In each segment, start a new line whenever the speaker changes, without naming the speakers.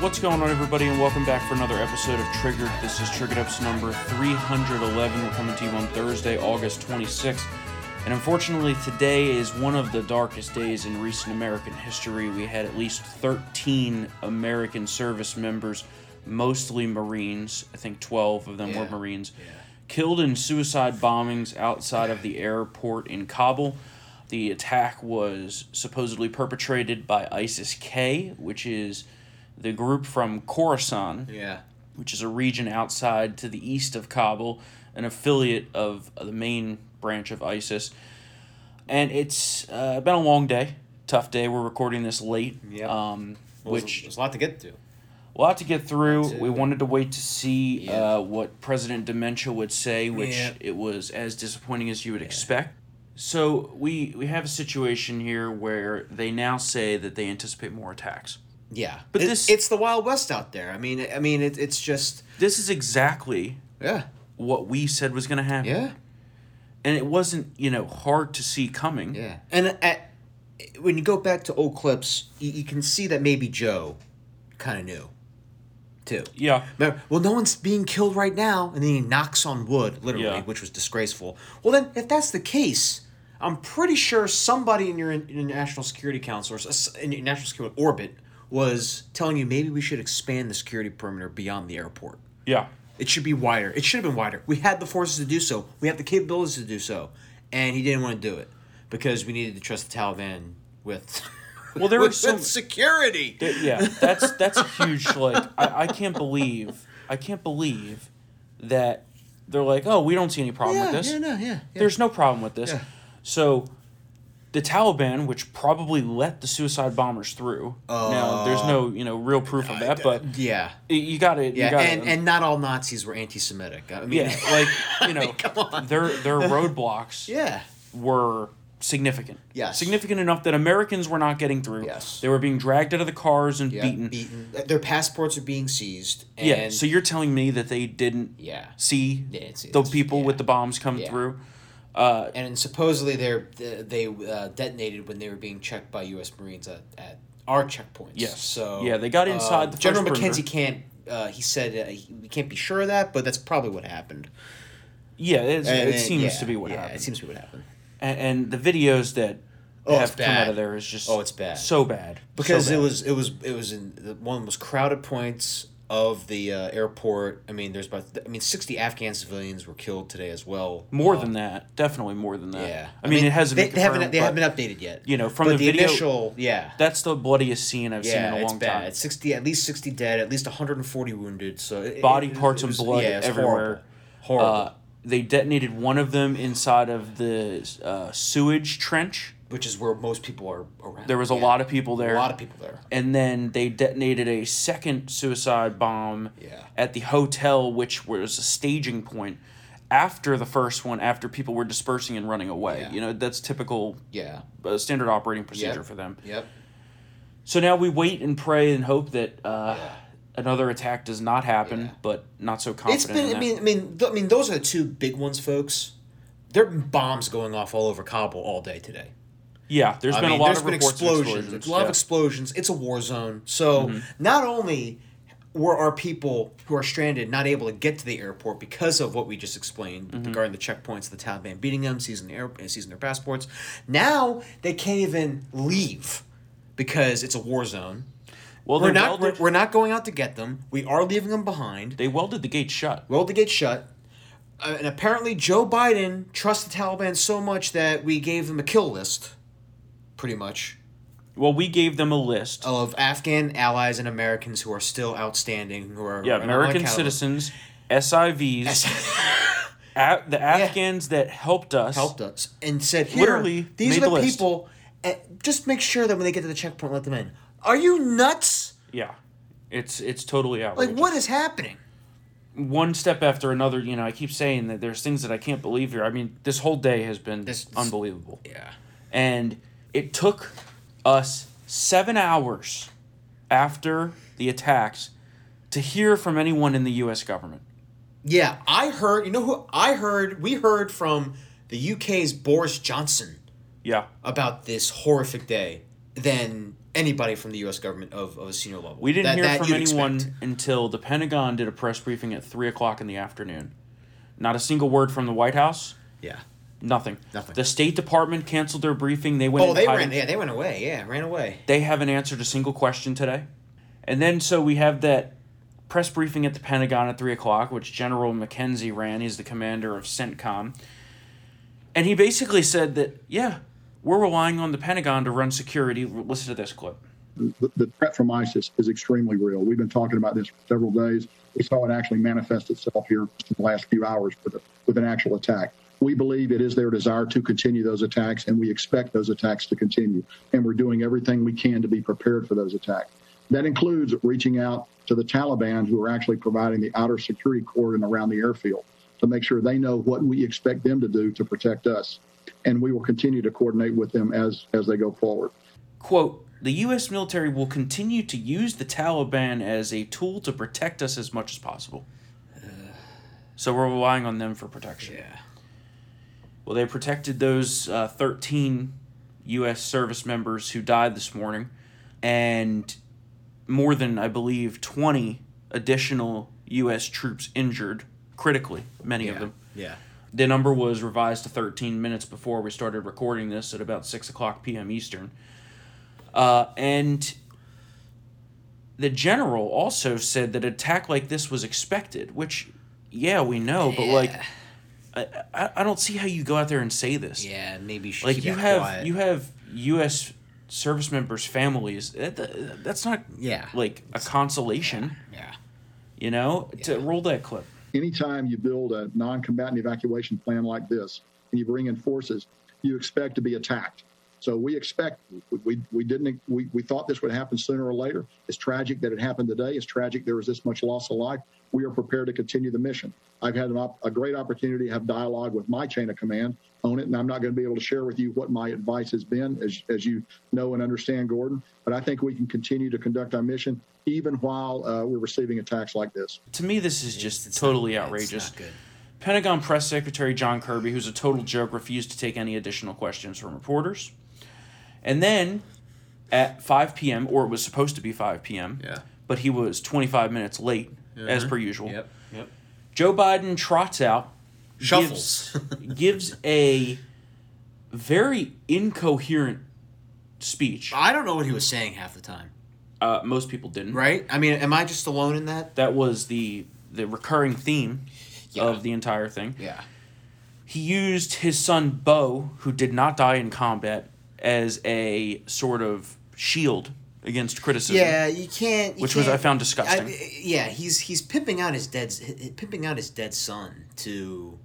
What's going on, everybody, and welcome back for another episode of Triggered. This is Triggered Ups number 311. We're coming to you on Thursday, August 26th. And unfortunately, today is one of the darkest days in recent American history. We had at least 13 American service members, mostly Marines, I think 12 of them were
Yeah.
Marines, killed in suicide bombings outside of the airport in Kabul. The attack was supposedly perpetrated by ISIS K, which is the group from Khorasan,
Yeah.
which is a region outside to the east of Kabul, an affiliate of the main branch of ISIS. And it's uh, been a long day, tough day. We're recording this late,
Yep.
um,
Well,
which
there's a lot to get to.
a lot to get through.
That's it.
We wanted to wait to see
Yeah.
uh, what President Dementia would say, which
Yeah.
it was as disappointing as you would expect. So we we have a situation here where they now say that they anticipate more attacks.
Yeah.
But
But
this-
this it's the Wild West out there. I mean, I mean, it, it's just
This is exactly
yeah,
what we said was going to happen.
yeah,
and it wasn't you know hard to see coming.
yeah. And at, when you go back to old clips, you, you can see that maybe Joe kind of knew, too.
Yeah.
Remember, well, no one's being killed right now, and then he knocks on wood, literally,
Yeah.
which was disgraceful. Well, then, if that's the case, I'm pretty sure somebody in your in, in National Security Council or s- in your National Security Orbit was telling you maybe we should expand the security perimeter beyond the airport.
Yeah.
It should be wider. It should have been wider. We had the forces to do so. We had the capabilities to do so, and he didn't want to do it because we needed to trust the Taliban with.
Well, there were
with
some.
security.
Yeah, that's that's a huge like. I, I can't believe I can't believe that they're like, oh, we don't see any problem
yeah,
with this.
yeah, no, yeah, yeah.
There's no problem with this.
Yeah.
So, the Taliban, which probably let the suicide bombers through. now, there's
Uh,
no you know real proof of that, but
yeah.
y- you got it. you
Yeah,
got
and, and not all Nazis were anti-Semitic. I mean,
yeah,
yeah,
like you know, their their roadblocks.
yeah,
were significant.
Yes.
Significant enough that Americans were not getting through.
Yes.
They were being dragged out of the cars and
beaten.
beaten.
Their passports are being seized. And
yeah. So you're telling me that they didn't
yeah,
see
Yeah, it's-
the
it's-
people
yeah.
with the bombs come
Yeah.
through?
and supposedly they're they uh, detonated when they were being checked by U.S. Marines at, at our checkpoints.
Yes.
So
Yeah, they got inside
um,
the first
General
perimeter.
McKenzie can't. Uh, he said uh, he, we can't be sure of that, but that's probably what happened.
Yeah, it's,
And-
it
and-
seems
yeah,
to be what
yeah, It
happened.
seems to be what happened.
And, and the videos that
Oh, it's
have come out
bad.
of there is just
Oh, it's bad.
so bad
because
So
it
bad.
was it was it was in the one was crowded points of the uh, airport. I mean, there's about I mean, sixty Afghan civilians were killed today as well.
more
Uh,
than that. Definitely more than that.
yeah.
I mean, it hasn't
They,
been
they haven't
confirmed,
they
but
haven't been updated yet.
you know, from
But
the video-
initial yeah.
That's the bloodiest scene I've
yeah,
seen in a
it's
long
bad.
time.
It's sixty, at least sixty dead, at least one hundred and forty wounded. So it- it-
Body
it- it
parts and
was-
blood
yeah, it's
everywhere.
Horrible. horrible.
Uh, they detonated one of them inside of the uh, sewage trench.
Which is where most people are around.
There was a
Yeah.
lot of people there.
a lot of people there.
And then they detonated a second suicide bomb
Yeah.
at the hotel, which was a staging point after the first one, after people were dispersing and running away.
Yeah.
You know, that's typical
Yeah.
uh, standard operating procedure for them.
Yep.
So now we wait and pray and hope that uh, another attack does not happen,
Yeah.
but not so confident.
It's been.
in
I
that.
mean, I mean, th- I mean, those are the two big ones, folks. There are bombs going off all over Kabul all day today.
yeah, there's
I
been
mean,
a lot
there's
of
been
reports of
explosions.
explosions.
A lot of
yeah. Mm-hmm.
explosions. It's a war zone. So not only were our people who are stranded not able to get to the airport because of what we just explained
Mm-hmm.
regarding the checkpoints, the Taliban beating them, seizing, the air, uh, seizing their passports. Now they can't even leave because it's a war zone.
well,
We're
they
not, we're,
welded,
we're not going out to get them. We are leaving them behind
they welded the gate shut.
rolled the gate shut. Uh, and apparently, Joe Biden trusts the Taliban so much that we gave them a kill list, pretty much,
Well, we gave them a list.
of Afghan allies and Americans who are still outstanding, who are
yeah,
are
American
unaccountable.
citizens, SIVs, a- the Afghans that helped us.
helped us and said, Here,
Literally
these
made
are the,
the list."
people. And just make sure that when they get to the checkpoint, let them in. Are you nuts?
Yeah, it's it's totally outrageous.
Like, what is happening?
One step after another. You know, I keep saying that there's things that I can't believe here. I mean, this whole day has been
This- this-
unbelievable,
Yeah.
and it took us seven hours after the attacks to hear from anyone in the U.S. government.
Yeah, I heard, you know who I heard? We heard from the UK's Boris Johnson.
Yeah,
about this horrific day than anybody from the U.S. government of, of a senior level.
We didn't
That-
hear
that
from
you'd
anyone
expect.
until the Pentagon did a press briefing at three o'clock in the afternoon. Not a single word from the White House.
Yeah.
Nothing.
Nothing.
The State Department canceled their briefing. They went.
Oh,
into
they
hiding.
ran. Yeah, they went away. Yeah, ran away.
They haven't answered a single question today. And then so we have that press briefing at the Pentagon at three o'clock, which General McKenzie ran. He's the commander of CENTCOM. And he basically said that, yeah, we're relying on the Pentagon to run security. Listen to this clip.
the, the threat from ISIS is extremely real. We've been talking about this for several days. We saw it actually manifest itself here in the last few hours with, a, with an actual attack. We believe it is their desire to continue those attacks, and we expect those attacks to continue. And we're doing everything we can to be prepared for those attacks. That includes reaching out to the Taliban, who are actually providing the outer security cordon around the airfield, to make sure they know what we expect them to do to protect us. And we will continue to coordinate with them as, as they go forward.
quote the U.S. military will continue to use the Taliban as a tool to protect us as much as possible. So we're relying on them for protection.
Yeah.
Well, they protected those uh, 13 U.S. service members who died this morning, and more than, I believe, 20 additional U.S. troops injured critically, many of them.
Yeah.
The number was revised to 13 minutes before we started recording this at about 6 o'clock p.m. Eastern. Uh, and the general also said that an attack like this was expected, which, yeah, we know, but like, I, I, I don't see how you go out there and say this.
Yeah. Maybe you should
like,
keep
you
that
have,
quiet.
you have U.S. service members' families. That, that- that's not,
Yeah.
like, a consolation,
yeah.
you know? To roll that clip.
anytime you build a non-combatant evacuation plan like this and you bring in forces you expect to be attacked so we expect we, we didn't we, we thought this would happen sooner or later it's tragic that it happened today it's tragic there was this much loss of life we are prepared to continue the mission i've had an op- a great opportunity to have dialogue with my chain of command on it and i'm not going to be able to share with you what my advice has been as, as you know and understand gordon but i think we can continue to conduct our mission even while uh, we're receiving attacks like this
To me, this is just
It's not-
totally
it's
outrageous.
not good.
Pentagon Press Secretary John Kirby, who's a total joke, refused to take any additional questions from reporters. And then at 5 p.m., or it was supposed to be 5 p.m.,
Yeah. Mm-hmm.
but he was 25 minutes late, as per usual.
Yep. Yep.
Joe Biden trots out,
Shuffles.
gives, gives a very incoherent speech.
I don't know what he was saying half the time.
Uh, most people didn't.
Right? I mean, am I just alone in that?
That was the, the recurring theme
Yeah.
of the entire thing.
Yeah.
he used his son Bo, who did not die in combat, as a sort of shield against criticism.
Yeah, you can't. you
Which was- I
can't-
found disgusting.
yeah, he's he's pimping out his dead s- h- pimping out his dead son to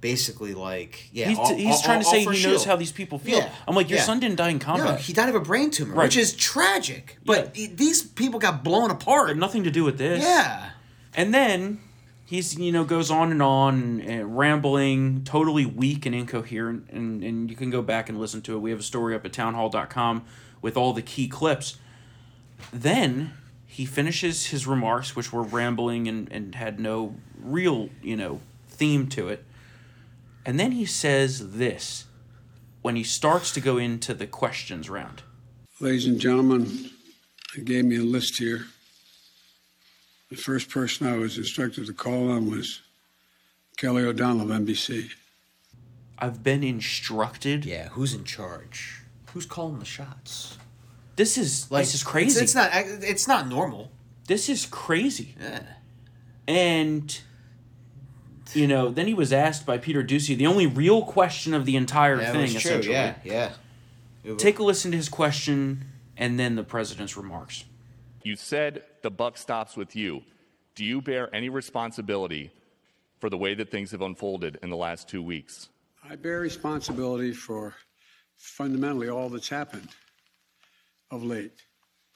basically like yeah.
He's,
all-
he's
all-
trying
all-
to
all
say
for
he knows
shield.
how these people feel.
Yeah,
I'm like, your
yeah.
son didn't die in combat.
No, he died of a brain tumor,
Right.
which is tragic. But i- these people got blown apart.
Nothing to do with this.
yeah.
And then he's, you know, goes on and on and, and rambling, totally weak and incoherent. And, and you can go back and listen to it. We have a story up at townhall.com with all the key clips. Then he finishes his remarks, which were rambling and, and had no real, you know, theme to it. And then he says this when he starts to go into the questions round.
Ladies and gentlemen, they gave me a list here. The first person I was instructed to call on was Kelly O'Donnell of NBC.
I've been instructed.
Yeah. Who's in charge? Who's calling the shots?
This is this is
it's-
crazy.
It's not. I- It's not normal.
this is crazy.
Yeah.
And you know, then he was asked by Peter Ducey the only real question of the entire
Yeah, it
thing,
was true.
essentially.
Yeah. Yeah.
Take a listen to his question and then the president's remarks.
You said the buck stops with you. Do you bear any responsibility for the way that things have unfolded in the last two weeks?
I bear responsibility for fundamentally all that's happened of late.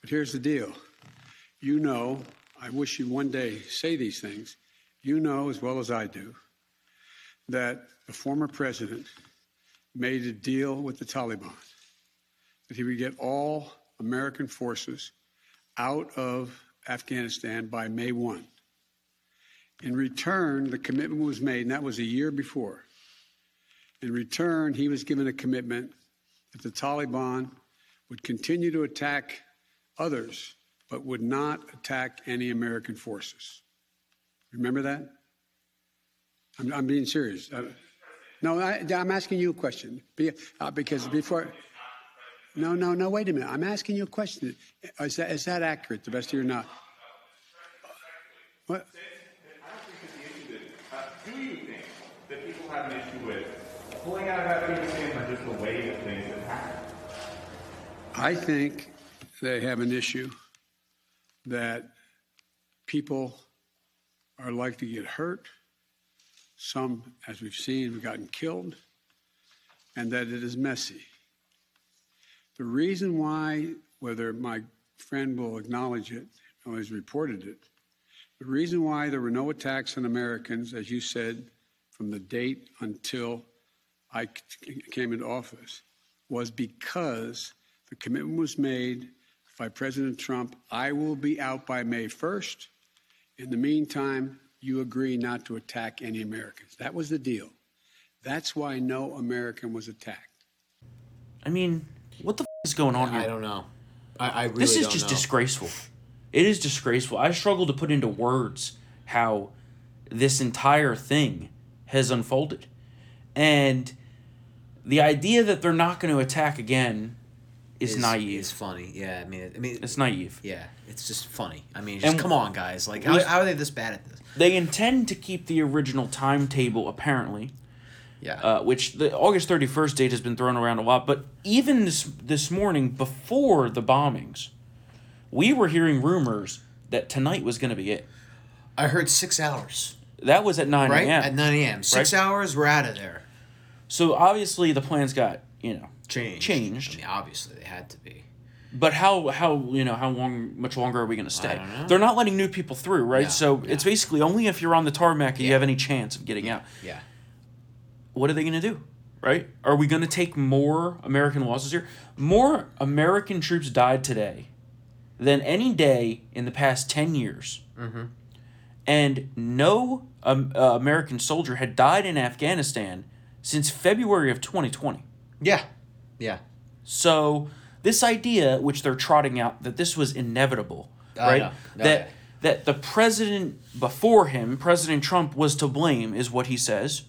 But here's the deal. You know, I wish you one day say these things. You know as well as I do that the former president made a deal with the Taliban that he would get all American forces out of Afghanistan by May 1. In return, the commitment was made, and that was a year before. In return, he was given a commitment that the Taliban would continue to attack others, but would not attack any American forces. Remember that? I'm, I'm being serious. I, no, I, am asking you a question Be- uh, because before. No, no, no. Wait a minute. I'm asking you a question. Is that is that accurate? The best of your not. What?
I don't think it's the issue that, uh, do you think that people have an issue with pulling out of that paper stamp or just the way that things have happened?
I think they have an issue that people are likely to get hurt. Some, as we've seen, have gotten killed, and that it is messy. The reason why, whether my friend will acknowledge it or has reported it, the reason why there were no attacks on Americans, as you said, from the date until I c- came into office, was because the commitment was made by President Trump I will be out by May 1st. In the meantime, you agree not to attack any Americans. That was the deal. That's why no American was attacked.
I mean, what the f- is going on here?
I don't know. I, I really
this is
don't
just
know.
disgraceful. It is disgraceful. I struggle to put into words how this entire thing has unfolded. And the idea that they're not going to attack again is,
It's-
naive.
It's funny. Yeah, I mean, it- I mean,
it's naive.
yeah, it's just funny. I mean, just
And-
come on, guys. Like, how,
Let's-
how are they this bad at this?
They intend to keep the original timetable, apparently,
Yeah.
uh, which the August 31st date has been thrown around a lot. But even this, this morning, before the bombings, we were hearing rumors that tonight was going to be it.
I heard six hours.
That was at 9
Right
a.m.
at nine a.m. Six
Right.
hours. We're out of there.
So obviously the plans got you know
Changed.
Changed.
I mean, obviously they had to be.
But how how you know how long much longer are we going to stay?
don't know.
They're not letting new people through, right?
No,
so it's basically only if you're on the tarmac that you
Yeah.
have any chance of getting out.
Yeah.
What are they going to do? Right? Are we going to take more American losses here? More American troops died today than any day in the past 10 years. Mm-hmm. And no um, uh, American soldier had died in Afghanistan since February of 2020.
Yeah. Yeah.
So this idea, which they're trotting out, that this was inevitable,
Oh,
right?
yeah. Oh,
that
yeah.
that the president before him, President Trump, was to blame, is what he says,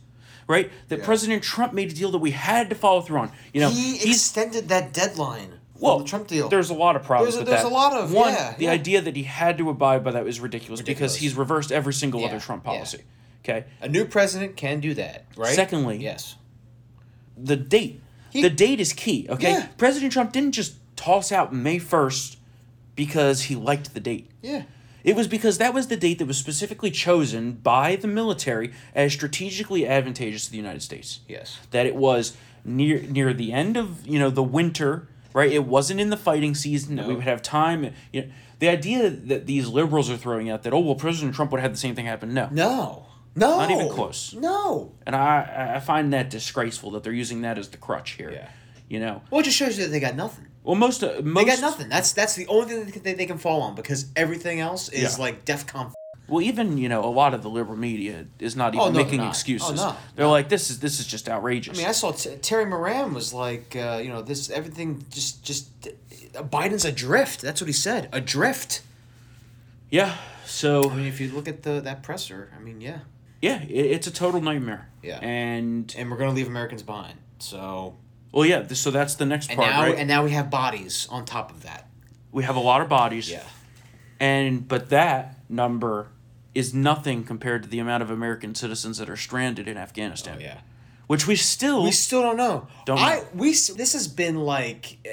right? That President Trump made a deal that we had to follow through on. You know,
he
he's
extended that deadline. from
well,
the Trump deal.
There's a lot of problems.
There's a-
with
there's
that.
a lot of-
one.
yeah,
the
yeah.
idea that he had to abide by that was ridiculous,
Ridiculous.
because he's reversed every single other
Yeah,
Trump
yeah.
policy. Okay,
a new president can do that, right?
Secondly-
yes.
the date.
He-
the date is key. Okay,
Yeah.
President Trump didn't just toss out May first because he liked the date.
Yeah.
It was because that was the date that was specifically chosen by the military as strategically advantageous to the United States.
Yes.
That it was near near the end of, you know, the winter, right? It wasn't in the fighting season that we would have time. You know, the idea that these liberals are throwing out that oh well President Trump would have the same thing happen. No.
No. No.
Not even close.
No.
And I I find that disgraceful that they're using that as the crutch here.
Yeah.
You know.
Well, it just shows you that they got nothing.
Well, most uh, most
They got nothing. That's that's the only thing that they- they, they can fall on because everything else is
Yeah.
like DEFCON.
Well, even you know a lot of the liberal media is not even
Oh, no, they're
making
not.
excuses.
Oh, no.
They're like this is this is just outrageous.
I mean, I saw T- Terry Moran was like, uh, you know, this everything just just uh, Biden's adrift. That's what he said, adrift.
yeah. So
I mean, if you look at the that presser, I mean, yeah,
yeah, it, it's a total nightmare.
Yeah.
And
and we're gonna leave Americans behind. So
well, yeah. th- So that's the next
and
part,
now
right?
and now we have bodies on top of that.
we have a lot of bodies.
Yeah,
And but that number is nothing compared to the amount of American citizens that are stranded in Afghanistan.
Oh, yeah.
Which we still.
We still don't know.
Don't know.
I we s- this has been like uh,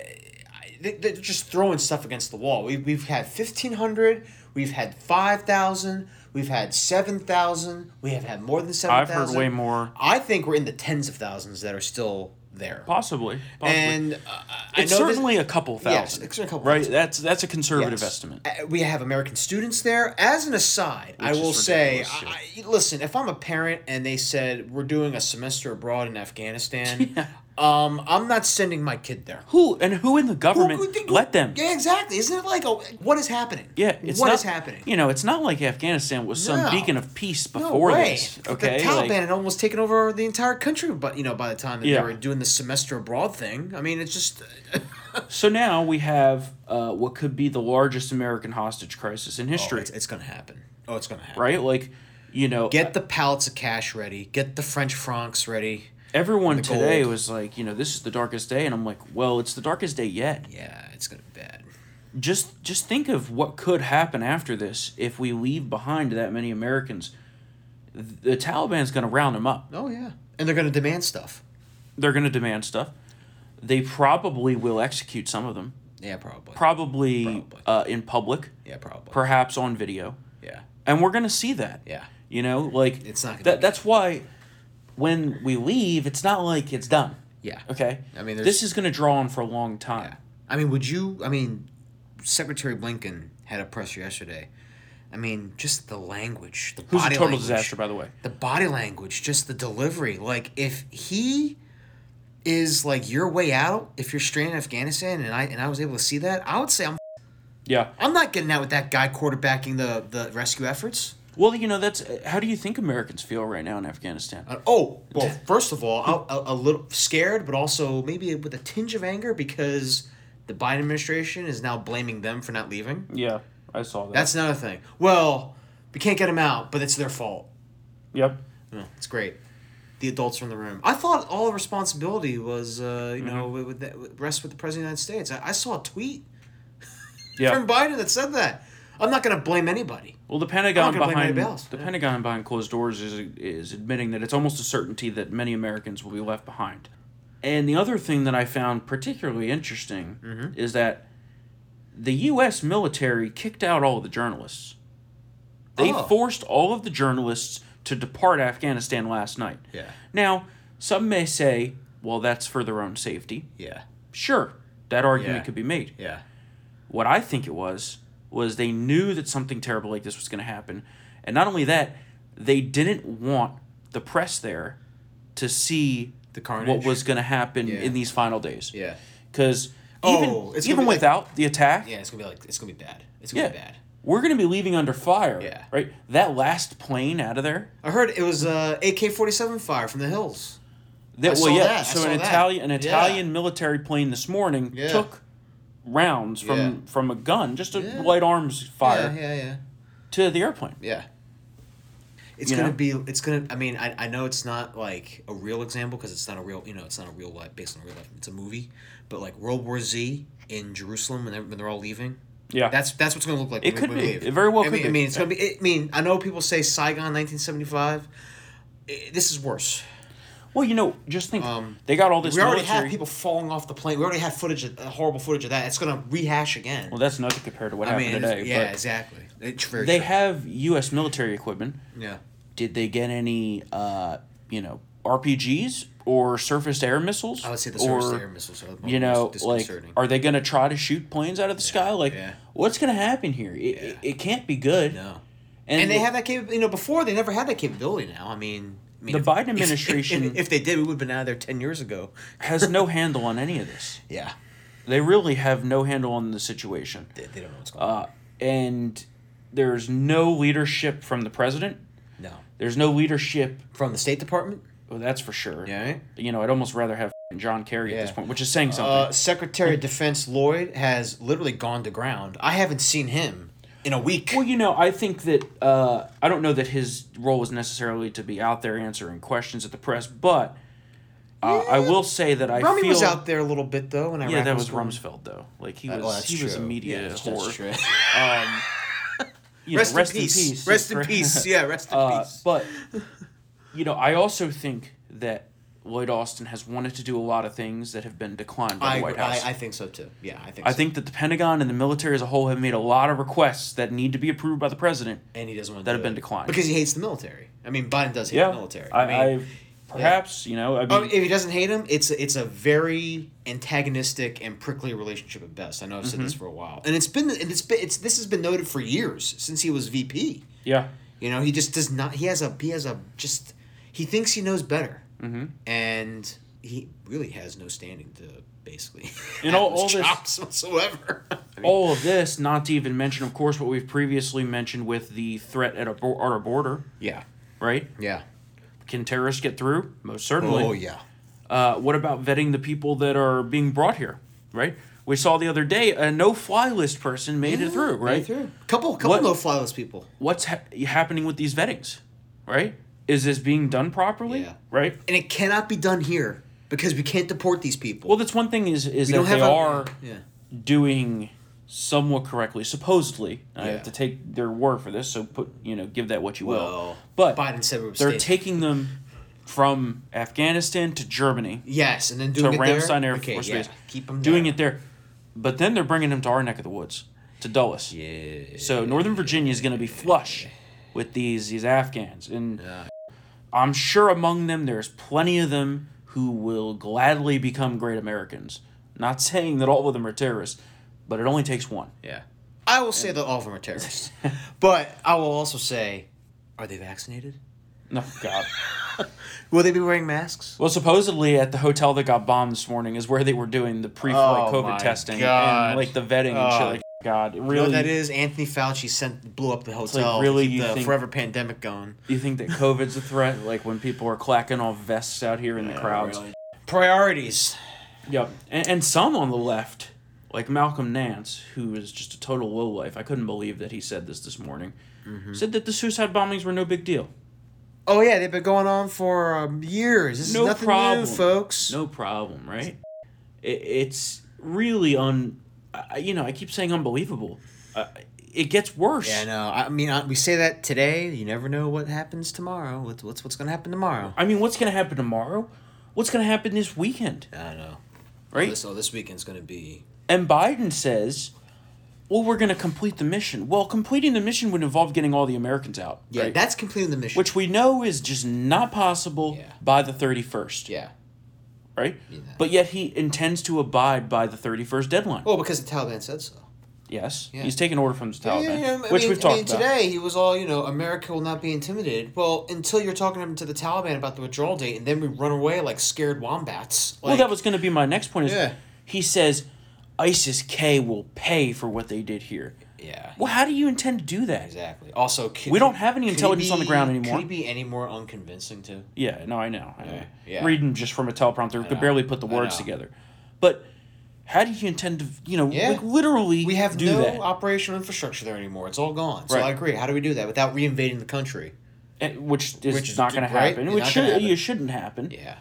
I- they- they're just throwing stuff against the wall. We we've had fifteen hundred. We've had five thousand. We've had seven thousand. We have had more than seven
I've
thousand.
heard way more.
I think we're in the tens of thousands that are still there.
Possibly. Possibly.
And uh, I
it's
know this-
certainly a couple thousand.
it's a couple
Right.
thousand.
That's that's a conservative
Yes.
estimate.
Uh, We have American students there. As an aside, I
Which is
will say,
ridiculous,
I, I- listen, if I'm a parent and they said we're doing a semester abroad in Afghanistan, um, I'm not sending my kid there.
Who and who in the government
would think-
let them?
Yeah, exactly. Isn't it like a, what is happening?
Yeah, it's
What
not,
is happening?
You know, it's not like Afghanistan was some
No.
beacon of peace
No
before
way.
this. Okay,
the Taliban
like-
had almost taken over the entire country, but you know, by the time that
Yeah.
they were doing the semester abroad thing, I mean, it's just
So now we have uh, what could be the largest American hostage crisis in
Oh,
history,
it's, it's gonna happen. Oh, it's gonna happen.
right? Like, you know,
Get the pallets of cash ready. Get the French francs ready.
everyone
the
today
gold.
was like, you know, this is the darkest day, and I'm like, well, it's the darkest day yet.
Yeah, it's gonna be bad.
Just, just think of what could happen after this if we leave behind that many Americans. The Taliban's going to round them up.
Oh yeah, and they're gonna demand stuff.
They're going to demand stuff. They probably will execute some of them,
Yeah, probably.
probably,
Probably.
Uh, in public,
yeah, probably.
perhaps on video,
yeah,
and we're going to see that.
yeah.
You know, like
It's not gonna
that.
be-
That's why when we leave, it's not like it's done.
Yeah.
Okay.
I mean, there's-
this is going to draw on for a long time.
Yeah. I mean, would you? I mean, Secretary Blinken had a presser yesterday. I mean, just the language, the
Who's
body
a total
language,
disaster, by the way.
the body language, just the delivery. Like, if he is like your way out, if you're stranded in Afghanistan, and I and I was able to see that, I would say I'm
Yeah.
I'm not getting out with that guy quarterbacking the the rescue efforts.
Well, you know, that's how do you think Americans feel right now in Afghanistan?
Uh, oh, well, first of all, a, a, a little scared, but also maybe with a tinge of anger because the Biden administration is now blaming them for not leaving.
yeah, I saw that.
That's another thing. Well, we can't get them out, but it's their fault.
yep.
No, it's great. The adults are in the room. I thought all responsibility was, uh, you
Mm-hmm.
know, with, with the, with- rest with the president of the United States. I, I saw a tweet from
Yeah.
Biden that said that. I'm not going to blame anybody.
Well, the Pentagon
gonna blame
behind
anybody else.
the
Yeah.
Pentagon behind closed doors is is admitting that it's almost a certainty that many Americans will be left behind. And the other thing that I found particularly interesting
Mm-hmm.
is that the U.S. military kicked out all of the journalists. They
Oh.
forced all of the journalists to depart Afghanistan last night.
Yeah.
Now, some may say, well, that's for their own safety.
Yeah.
Sure, that argument
Yeah.
could be made.
Yeah.
What I think it was was they knew that something terrible like this was going to happen, and not only that, they didn't want the press there to see
The carnage?
what was going to happen
Yeah.
in these final days.
Yeah.
because
Oh,
even
it's
even
gonna be like-
without the attack,
Yeah, it's going to be like, it's going to be bad. It's going
yeah,
to be bad.
we're going to be leaving under fire.
Yeah.
right. That last plane out of there.
I heard it was uh, AK 47 fire from the hills.
That,
I
well,
saw
yeah.
that, I
So
saw
an
that.
Italian an
Yeah.
Italian military plane this morning
Yeah.
took rounds from
Yeah.
from a gun, just a
Yeah.
light arms fire,
Yeah, yeah, yeah.
to the airplane.
Yeah. It's
You
gonna
know?
be. It's gonna. I mean, I, I know it's not like a real example because it's not a real. You know, it's not a real life based on real life. It's a movie, but like World War Z in Jerusalem when they're, when they're all leaving.
Yeah,
That's that's what's gonna look like.
It
when-
could
when
be.
we leave.
It very well
I
could
mean,
be.
I mean, it's gonna be. I mean, I know people say Saigon, nineteen seventy five. This is worse.
Well, you know, just think they got all this
Um, we already
military.
had people falling off the plane. We already had footage, of, uh, horrible footage of that. It's gonna rehash again.
well, that's nothing compared to what
I
happened
mean,
today.
it's- yeah,
but
exactly. It's very
they
true.
have U.S. military equipment.
yeah.
Did they get any, uh, you know, RPGs or surface air missiles?
I would say the surface
Or,
air missiles. Are the
You know,
most
like,
disconcerting.
are they going to try to shoot planes out of the sky? Like,
yeah.
what's going to happen here? It, it, it can't be good.
no.
And,
and they have that capability. You know, before they never had that capability. Now, I mean, I mean
The
if-
Biden
if-
administration-
If, if they did, we would have been out of there ten years ago.
has no handle on any of this.
Yeah,
They really have no handle on the situation.
they, they don't know what's going on.
Uh, and there's no leadership from the president.
No,
There's no leadership
from the State Department.
Well, that's for sure.
Yeah, right?
You know, I'd almost rather have f***ing John Kerry at this
Yeah.
point, which is saying something.
Uh, Secretary of Defense Lloyd has literally gone to ground. I haven't seen him in a week.
well, you know, I think that uh, I don't know that his role was necessarily to be out there answering questions at the press, but uh, I will say that I
Rummy
feel
was out there Uh, a little bit though, and I
yeah, that was Rumsfeld though. Like he was,
Oh,
he was a media whore. Um, You know,
Rest, in peace. Rest in peace. Yeah, rest in
Uh,
peace.
but you know, I also think that Lloyd Austin has wanted to do a lot of things that have been declined by
I,
the White House.
I, I think so too. Yeah, I think.
I
so.
think that the Pentagon and the military as a whole have made a lot of requests that need to be approved by the president.
and he doesn't want to
that
do
have been
it.
declined.
because he hates the military. I mean, Biden does hate
Yeah,
the military.
I,
I,
I,
mean,
perhaps you know. I mean,
um, if he doesn't hate him, it's a, it's a very antagonistic and prickly relationship at best. I know I've said
Mm-hmm.
this for a while, and it's been and it's been it's this has been noted for years since he was VP.
yeah,
You know, he just does not. He has a he has a just he thinks he knows better, mm-hmm. and he really has no standing to basically
You
you
know,
know
all this-
chops whatsoever. I mean,
all of this, not to even mention, of course, what we've previously mentioned with the threat at our, bor- our border,
yeah,
right?
yeah.
Can terrorists get through? Most certainly.
Oh yeah.
Uh, what about vetting the people that are being brought here, right? We saw the other day a no-fly list person made it through, right?
through. Couple, couple
What-
no fly list people.
What's ha- happening with these vettings, right? Is this being done properly,
Yeah.
right?
and it cannot be done here because we can't deport these people.
Well, that's one thing is is
we
that they
a-
are
Yeah.
doing somewhat correctly, supposedly. I
Yeah.
have to take their word for this, so put you know give that what you will.
Well,
But
Biden said we were
they're
safe.
taking them from Afghanistan to Germany
Yes, and then
to
doing it
Ramstein
there.
Air Force
yeah.
Base.
Keep them
doing
there.
it there, but then they're bringing them to our neck of the woods to Dulles.
Yeah.
So Northern Virginia is going to be flush with these these Afghans, and I'm sure among them there's plenty of them who will gladly become great Americans. Not saying that all of them are terrorists, but it only takes one.
Yeah. I will say that all of them are terrorists, but I will also say, are they vaccinated?
No Oh, God.
Will they be wearing masks?
well, supposedly at the hotel that got bombed this morning is where they were doing the pre-flight
Oh,
COVID
my
testing
God.
and like the vetting and shit.
Oh.
Like God, it
You know
really?
what that is? Anthony Fauci sent blew up the
like,
hotel. to
really,
keep
you
the
think-
forever pandemic going.
You think that COVID's a threat? Like when people are clacking off vests out here in the crowds.
Priorities.
Yep. And, and some on the left, like Malcolm Nance, who is just a total lowlife. I couldn't believe that he said this this morning.
Mm-hmm.
Said that the suicide bombings were no big deal.
Oh yeah, they've been going on for um, years. This
No
is nothing
problem,
new, folks.
No problem, right? It, it's really un. I- You know, I keep saying unbelievable. Uh, it gets worse.
Yeah, no. uh, I mean, I, we say that today. You never know what happens tomorrow. What's what's, what's going to happen tomorrow?
I mean, what's going to happen tomorrow? What's going to happen this weekend?
I don't know.
Right?
This, oh, this weekend's going to be.
And Biden says, well, we're going to complete the mission. Well, completing the mission would involve getting all the Americans out.
Yeah,
right?
that's completing the mission.
Which we know is just not possible
Yeah.
by the 31st.
yeah.
Right?
Yeah.
But yet he intends to abide by the 31st deadline.
Well, because the Taliban said so.
yes.
yeah.
He's taking order from the Taliban,
Yeah, I
which
mean-
we've talked
I mean,
about.
today he was all you know. America will not be intimidated. Well, until you're talking to the Taliban about the withdrawal date, and then we run away like scared wombats.
well,
Like,
that was going to be my next point. Is
Yeah.
He says ISIS K will pay for what they did here.
yeah.
Well, how do you intend to do that?
Exactly. Also, could,
We don't have any
could he
intelligence on the ground
be-
anymore.
Could he be any more unconvincing too?
Yeah, no, I know. I know.
yeah.
Reading just from a teleprompter could
know.
barely put the
I
words
know.
together. But how do you intend to, you know,
Yeah.
like literally
We have
do
no
that?
operational infrastructure there anymore. It's all gone. So
Right.
I agree. How do we do that without reinvading the country?
And- which is
Which is
not
d-
going to
right?
happen.
You're
Which
not
should,
gonna happen.
you shouldn't happen.
Yeah.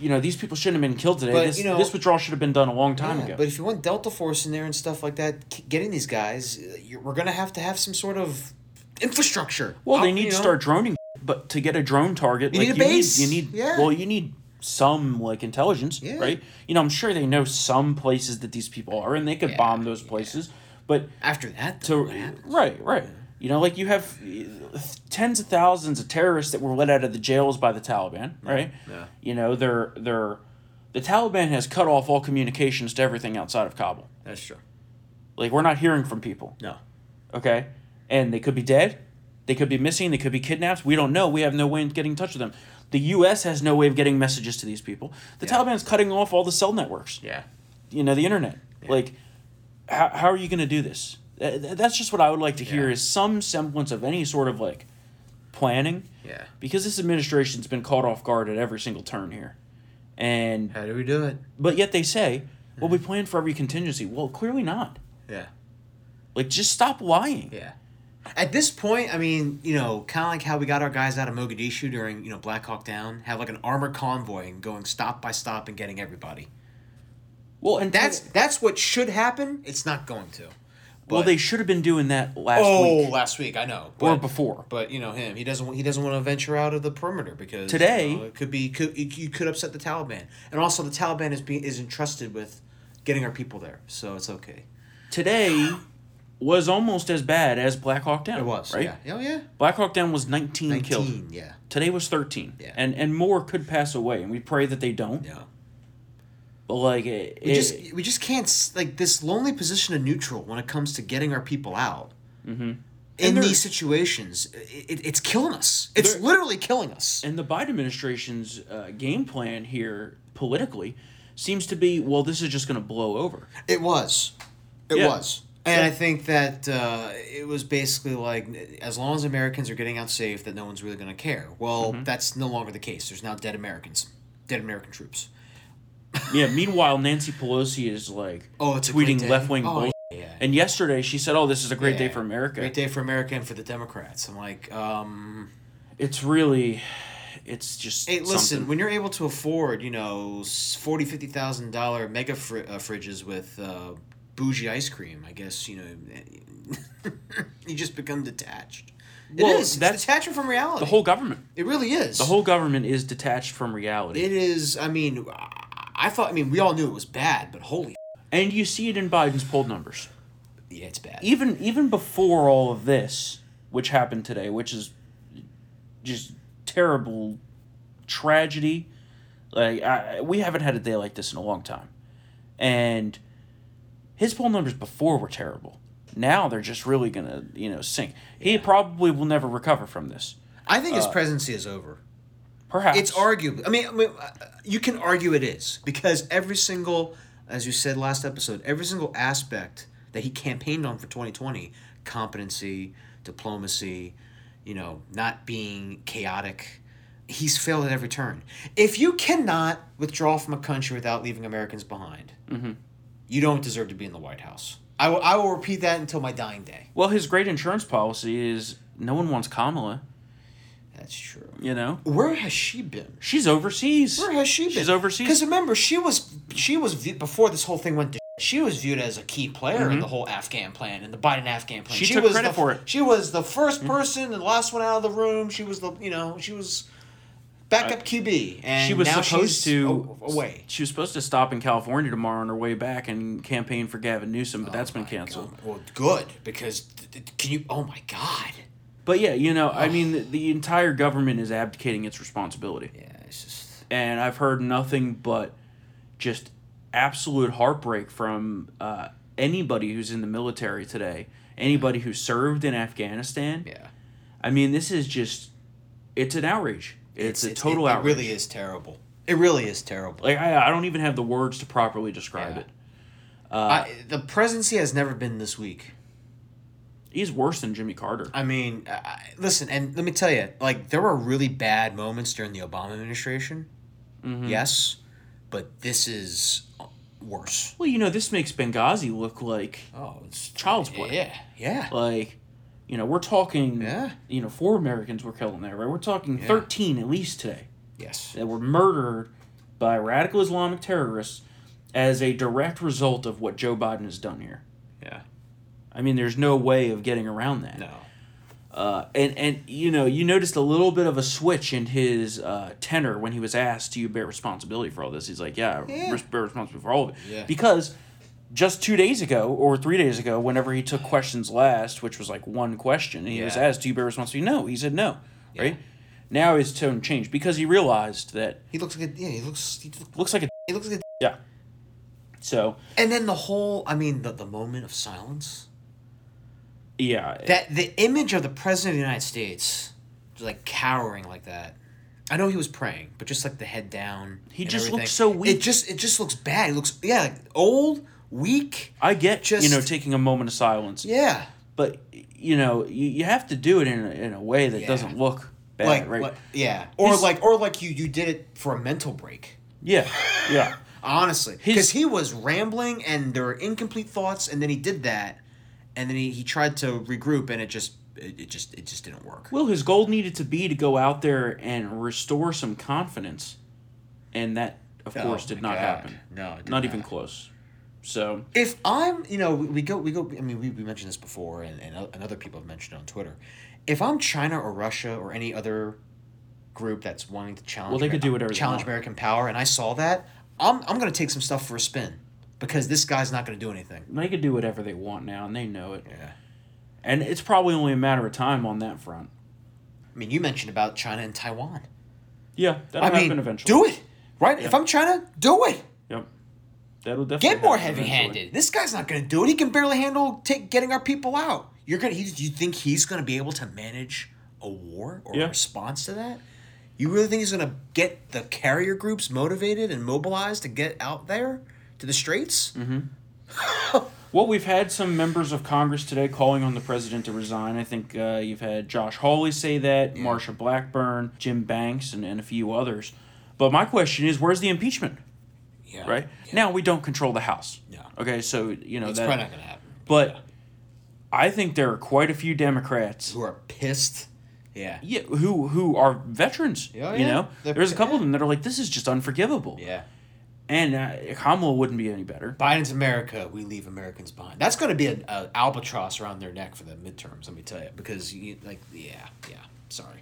You know, these people shouldn't have been killed today.
But,
this,
you know-
this withdrawal should have been done a long time
Yeah,
ago.
But if you want Delta Force in there and stuff like that, k- getting these guys, uh, you're, we're going to have to have some sort of infrastructure.
well, they
Op-
need
you
to
know?
start droning. But to get a drone target,
You
like,
need a
you
base.
Need, you need,
Yeah.
well, you need some like intelligence,
Yeah.
right? You know, I'm sure they know some places that these people are, and they could bomb those places. But
After that,
to
though, what happens?
right, right. You know, like you have uh, tens of thousands of terrorists that were let out of the jails by the Taliban, right?
yeah.
You know, they're they're the Taliban has cut off all communications to everything outside of Kabul.
That's true.
Like we're not hearing from people.
No.
Okay? And they could be dead, they could be missing, they could be kidnapped. We don't know. We have no way of getting in touch with them. The US has no way of getting messages to these people. The Taliban's cutting off all the cell networks
Yeah.
you know the internet like how, how are you going to do this Th- th- that's just what i would like to hear
Yeah.
is some semblance of any sort of like planning
Yeah.
because this administration's been caught off guard at every single turn here and
How do we do it?
but yet they say well we plan for every contingency well clearly not
Yeah.
like just stop lying
Yeah. At this point, I mean, you know, kind of like how we got our guys out of Mogadishu during, you know, Black Hawk Down, have like an armored convoy and going stop by stop and getting everybody.
well and
That's that's what should happen. It's not going to.
Oh. well
but-
they should have been doing that last
oh,
week
last week I know.
or
but-
before
But you know him. He doesn't. He doesn't want to venture out of the perimeter because
Today-
you know, it could be could you- you could upset the Taliban, and also the Taliban is being is entrusted with getting our people there, so it's okay.
today was almost as bad as black hawk down
It was
right
Yeah. Oh yeah.
black hawk down was 19, killed
Nineteen. Yeah.
Today was 13.
Yeah.
And and more could pass away, and we pray that they don't.
Yeah.
But like it,
We
it-
just we just can't s- like this lonely position of neutral when it comes to getting our people out.
Mm-hmm. And
In
there-
these situations, it, it's killing us. It's
There-
literally killing us.
and the Biden administration's uh, game plan here politically seems to be well this is just going to blow over.
It was. It
Yeah.
was. And I think that uh, it was basically like, as long as Americans are getting out safe, that no one's
Mm-hmm.
really going to care. Well, that's no longer the case. There's now dead Americans, dead American troops.
Yeah. Meanwhile, Nancy Pelosi is like,
Oh, it's a great
tweeting
day.
left wing
Oh,
bullshit.
yeah.
And yesterday she said, "Oh, this is a great day
Yeah.
for America."
Great day for America and for the Democrats. I'm like, um,
It's really, it's just.
Hey, listen,
something.
when you're able to afford, you know, s- forty, fifty thousand dollar mega fri- uh, fridges with uh, bougie ice cream, I guess you know, you just become detached.
Well,
it
that's-
is. That's detachment from reality.
the whole government,
it really is.
the whole government is detached from reality,
It is. I mean, I I thought. I mean, we all knew it was bad, but holy,
and you see it in Biden's poll numbers.
yeah, it's bad.
Even even before all of this, which happened today, which is just terrible tragedy. Like I, we haven't had a day like this in a long time, and his poll numbers before were terrible. Now they're just really gonna you know sink. He probably will never recover from this.
I think his
Uh,
presidency is over.
Perhaps
It's arguable. I mean, I mean, uh, you can argue it is because every single, as you said last episode, every single aspect that he campaigned on for 2020 competency, diplomacy, you know, not being chaotic he's failed at every turn. If you cannot withdraw from a country without leaving Americans behind, you don't deserve to be in the White House. I will, I will repeat that until my dying day.
Well, his great insurance policy is no one wants Kamala.
That's true.
You know,
Where has she been?
she's overseas.
Where has she been?
She's overseas.
Because remember, she was she was view- before this whole thing went to. shit, She was viewed as a key player in the whole Afghan plan and the Biden Afghan plan.
Mm-hmm. She took
was
credit
the,
for it. Mm-hmm.
She was the first person and last one out of the room. She was the you know she was backup QB and
she was
now
supposed
she's
to
a- away.
She was supposed to stop in California tomorrow on her way back and campaign for Gavin Newsom,
Oh
but that's been canceled.
Well, good because th- th- can you? Oh my God!
But yeah, you know, I mean, the, the entire government is abdicating its responsibility,
Yeah, it's just
and I've heard nothing but just absolute heartbreak from uh, anybody who's in the military today, anybody who served in Afghanistan.
yeah.
I mean, this is just it's an outrage. It's, a total
it,
outrage.
It really is terrible. It really is terrible.
Like I, I don't even have the words to properly describe
Yeah.
it.
I, the presidency has never been this weak.
He's worse than Jimmy Carter.
I mean, I- I, listen, and let me tell you, like there were really bad moments during the Obama administration. Mm-hmm. Yes, but this is uh, worse.
Well, you know, this makes Benghazi look like
Oh, it's
child's play.
Yeah, yeah.
Like, you know, we're talking.
Yeah.
You know, four Americans were killed in there, right? We're talking thirteen at least today
yes.
that were murdered by radical Islamic terrorists as a direct result of what Joe Biden has done here.
Yeah.
I mean, there's no way of getting around that.
No.
Uh, and and you know you noticed a little bit of a switch in his uh, tenor when he was asked, "Do you bear responsibility for all this?" He's like, "Yeah, I
Yeah.
res- bear responsibility for all of it."
Yeah.
Because just two days ago or three days ago, whenever he took questions last, which was like one question, and he was
Yeah.
asked, "Do you bear responsibility?" No, he said no. Right. Now his tone changed because he realized that
He looks like a yeah. He looks he looks,
looks like a
he looks like a.
yeah. So
And then the whole, I mean, the the moment of silence.
yeah,
That the image of the president of the United States, just like cowering like that. I know he was praying, but just like the head down.
He
and
just
everything.
looks so weak.
It just it just looks bad. It looks yeah, like old, weak.
I get you
just-
know taking a moment of silence.
Yeah.
but you know you, you have to do it in a, in a way that
Yeah.
doesn't look bad
like,
right
like- yeah. Or
He's-
like or like you you did it for a mental break.
yeah yeah
Honestly,
His-
because he was rambling and there were incomplete thoughts, and then he did that, and then he, he tried to regroup, and it just it, it just it just didn't work.
well his goal needed to be to go out there and restore some confidence and that of
Oh
course did
my
not
God.
happen
No, it did
not even
not.
close so
if I'm, you know, we we go, we go. I mean, we, we mentioned this before, and, and, o- and other people have mentioned it on Twitter. If I'm China or Russia or any other group that's wanting to challenge,
Well, they could do whatever they
challenge
want.
American power, and I saw that, I'm I'm gonna take some stuff for a spin because this guy's not gonna do anything.
they can do whatever they want now and they know it
Yeah.
and it's probably only a matter of time on that front
I mean, you mentioned about China and Taiwan.
yeah that'll
I
happen
mean,
eventually
do it right. If I'm China, do it.
yep that'll definitely
Get more
happen
heavy handed.
eventually.
This guy's not gonna do it. He can barely handle take, getting our people out. You're gonna. He, you think he's gonna be able to manage a war or
Yeah.
a response to that? You really think he's gonna get the carrier groups motivated and mobilized to get out there to the straits?
Mm-hmm. Well, we've had some members of Congress today calling on the president to resign. I think uh, you've had Josh Hawley say that, Marsha Blackburn, Jim Banks, and, and a few others. But my question is, where's the impeachment?
Yeah.
Right now, we don't control the House.
No.
Okay, so you know
It's
that,
probably not going to happen.
But I think there are quite a few Democrats.
Who are pissed? Yeah.
Yeah, who who are veterans?
Yeah,
you
yeah.
know,
They're-
there's a couple of them that are like, "This is just unforgivable."
Yeah.
and uh, Kamala wouldn't be any better.
Biden's America, we leave Americans behind. That's going to be an a albatross around their neck for the midterms. Let me tell you, because you like, yeah, yeah. Sorry.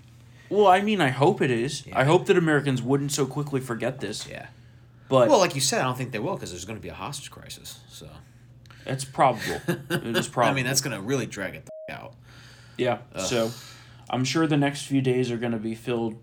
Well, I mean, I hope it is.
Yeah.
I hope that Americans wouldn't so quickly forget this.
Yeah.
But
Well, like you said, I don't think they will because there's going to be a hostage crisis. So
it's probable. it is probable.
I mean, that's going to really drag it the out.
yeah. So I'm sure the next few days are going to be filled,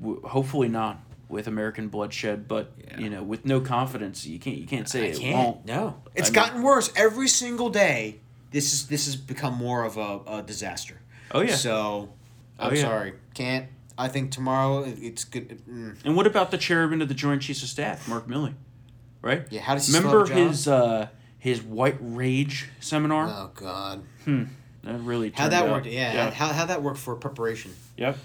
w- hopefully not with American bloodshed, but
Yeah.
you know, with no confidence. You can't. You can't say
I
it
can't.
won't.
No, it's
mean-
gotten worse every single day. This is this has become more of a, a disaster.
Oh, yeah.
So I'm
Oh, yeah.
sorry, can't. I think tomorrow it- it's good. Mm.
And what about the chairman of the Joint Chiefs of Staff, Mark Milley? Right.
Yeah, how does he still have a
remember
job?
his uh, his white rage seminar?
Oh God,
That really
how
turned
that
out-
worked? Yeah, how how that worked for preparation?
Yep.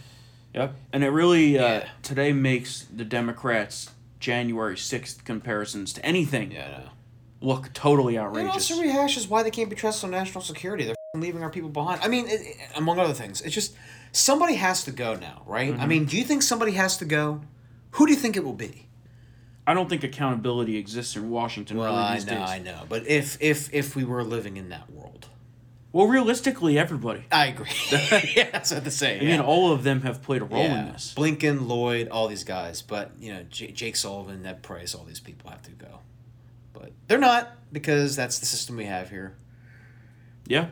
Yep. And it really uh,
Yeah.
today makes the Democrats January 6th comparisons to anything
I know.
look totally
It
outrageous.
also rehashes why they can't be trusted on national security. They're f***ing leaving our people behind. I mean, it, it- among other things, it's just somebody has to go now, right? I mean, do you think somebody has to go? Who do you think it will be?
I don't think accountability exists in Washington really these days.
know, but if if if we were living in that world,
Well, realistically, everybody.
I agree. yeah, that's what to say.
I mean, all of them have played a role in
yeah.
this.
Blinken, Lloyd, all these guys, but you know, J- Jake Sullivan, Ned Price, all these people have to go, but they're not because that's the system we have here.
Yeah.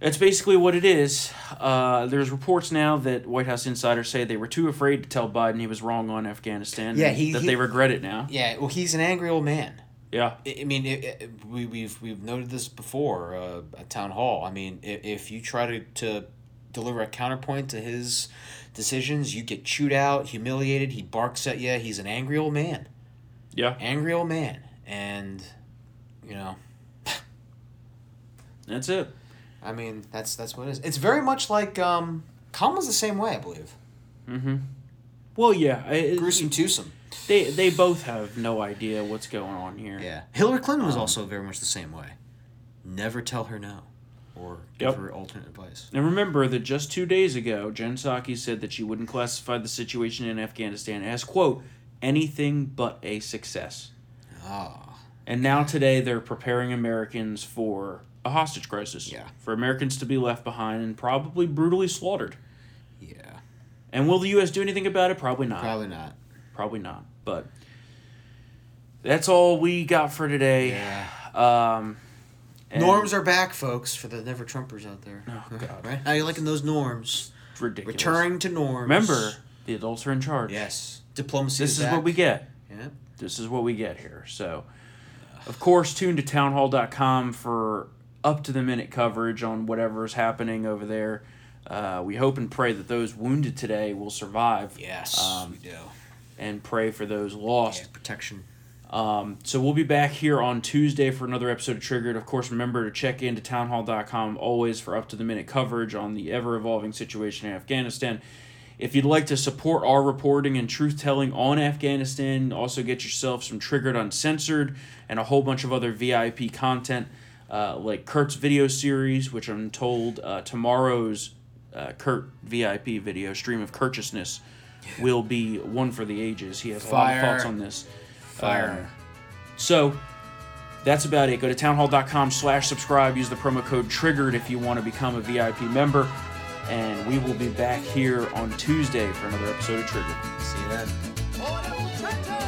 That's basically what it is. Uh, there's reports now that White House insiders say they were too afraid to tell Biden he was wrong on Afghanistan.
Yeah,
and
he-
that
he-
they regret it now.
Yeah, well, he's an angry old man.
Yeah.
I I mean, it, it, we we've we've noted this before uh, at town hall. I mean, if, if you try to to deliver a counterpoint to his decisions, you get chewed out, humiliated. He barks at you. He's an angry old man,
Yeah.
angry old man, and you know,
That's it.
I mean, that's that's what it is. It's very much like um, Kamala's the same way, I believe.
Well, yeah. I- it-
Gruesome twosome.
They they both have no idea what's going on here.
Yeah, Um, Hillary Clinton was also very much the same way. Never tell her no, or give
Yep.
her alternate advice.
And remember that just two days ago, Jen Psaki said that she wouldn't classify the situation in Afghanistan as quote anything but a success.
Ah,
And now today they're preparing Americans for a hostage crisis.
Yeah.
For Americans to be left behind and probably brutally slaughtered.
yeah,
And will the U.S. do anything about it? Probably not.
probably not.
Probably not. But that's all we got for today.
Yeah.
Um, and-
Norms are back, folks, for the never Trumpers out there.
Oh, God.
Right? How you liking those norms?
ridiculous.
Returning to norms.
Remember, the adults are in charge.
Yes. Diplomacy.
This is what we get.
Yeah.
This is what we get here. So, of course, tune to townhall.com for up to the minute coverage on whatever's happening over there. Uh, we hope and pray that those wounded today will survive.
Yes. we
Um,
do.
and pray for those
Yeah,
lost.
protection.
Um, so we'll be back here on Tuesday for another episode of Triggered. Of course, remember to check into townhall.com always for up to the minute coverage on the ever evolving situation in Afghanistan. If you'd like to support our reporting and truth telling on Afghanistan, also get yourself some Triggered Uncensored and a whole bunch of other VIP content uh, like Kurt's video series, which I'm told uh, tomorrow's uh, Kurt VIP video, Stream of Courteousness, will be one for the ages. He has a lot of thoughts
Fire.
on this. Uh,
Fire.
So that's about it. Go to townhall.com slash subscribe. Use the promo code TRIGGERED if you want to become a VIP member. And we will be back here on Tuesday for another episode of Triggered.
See you then.
Old tractor,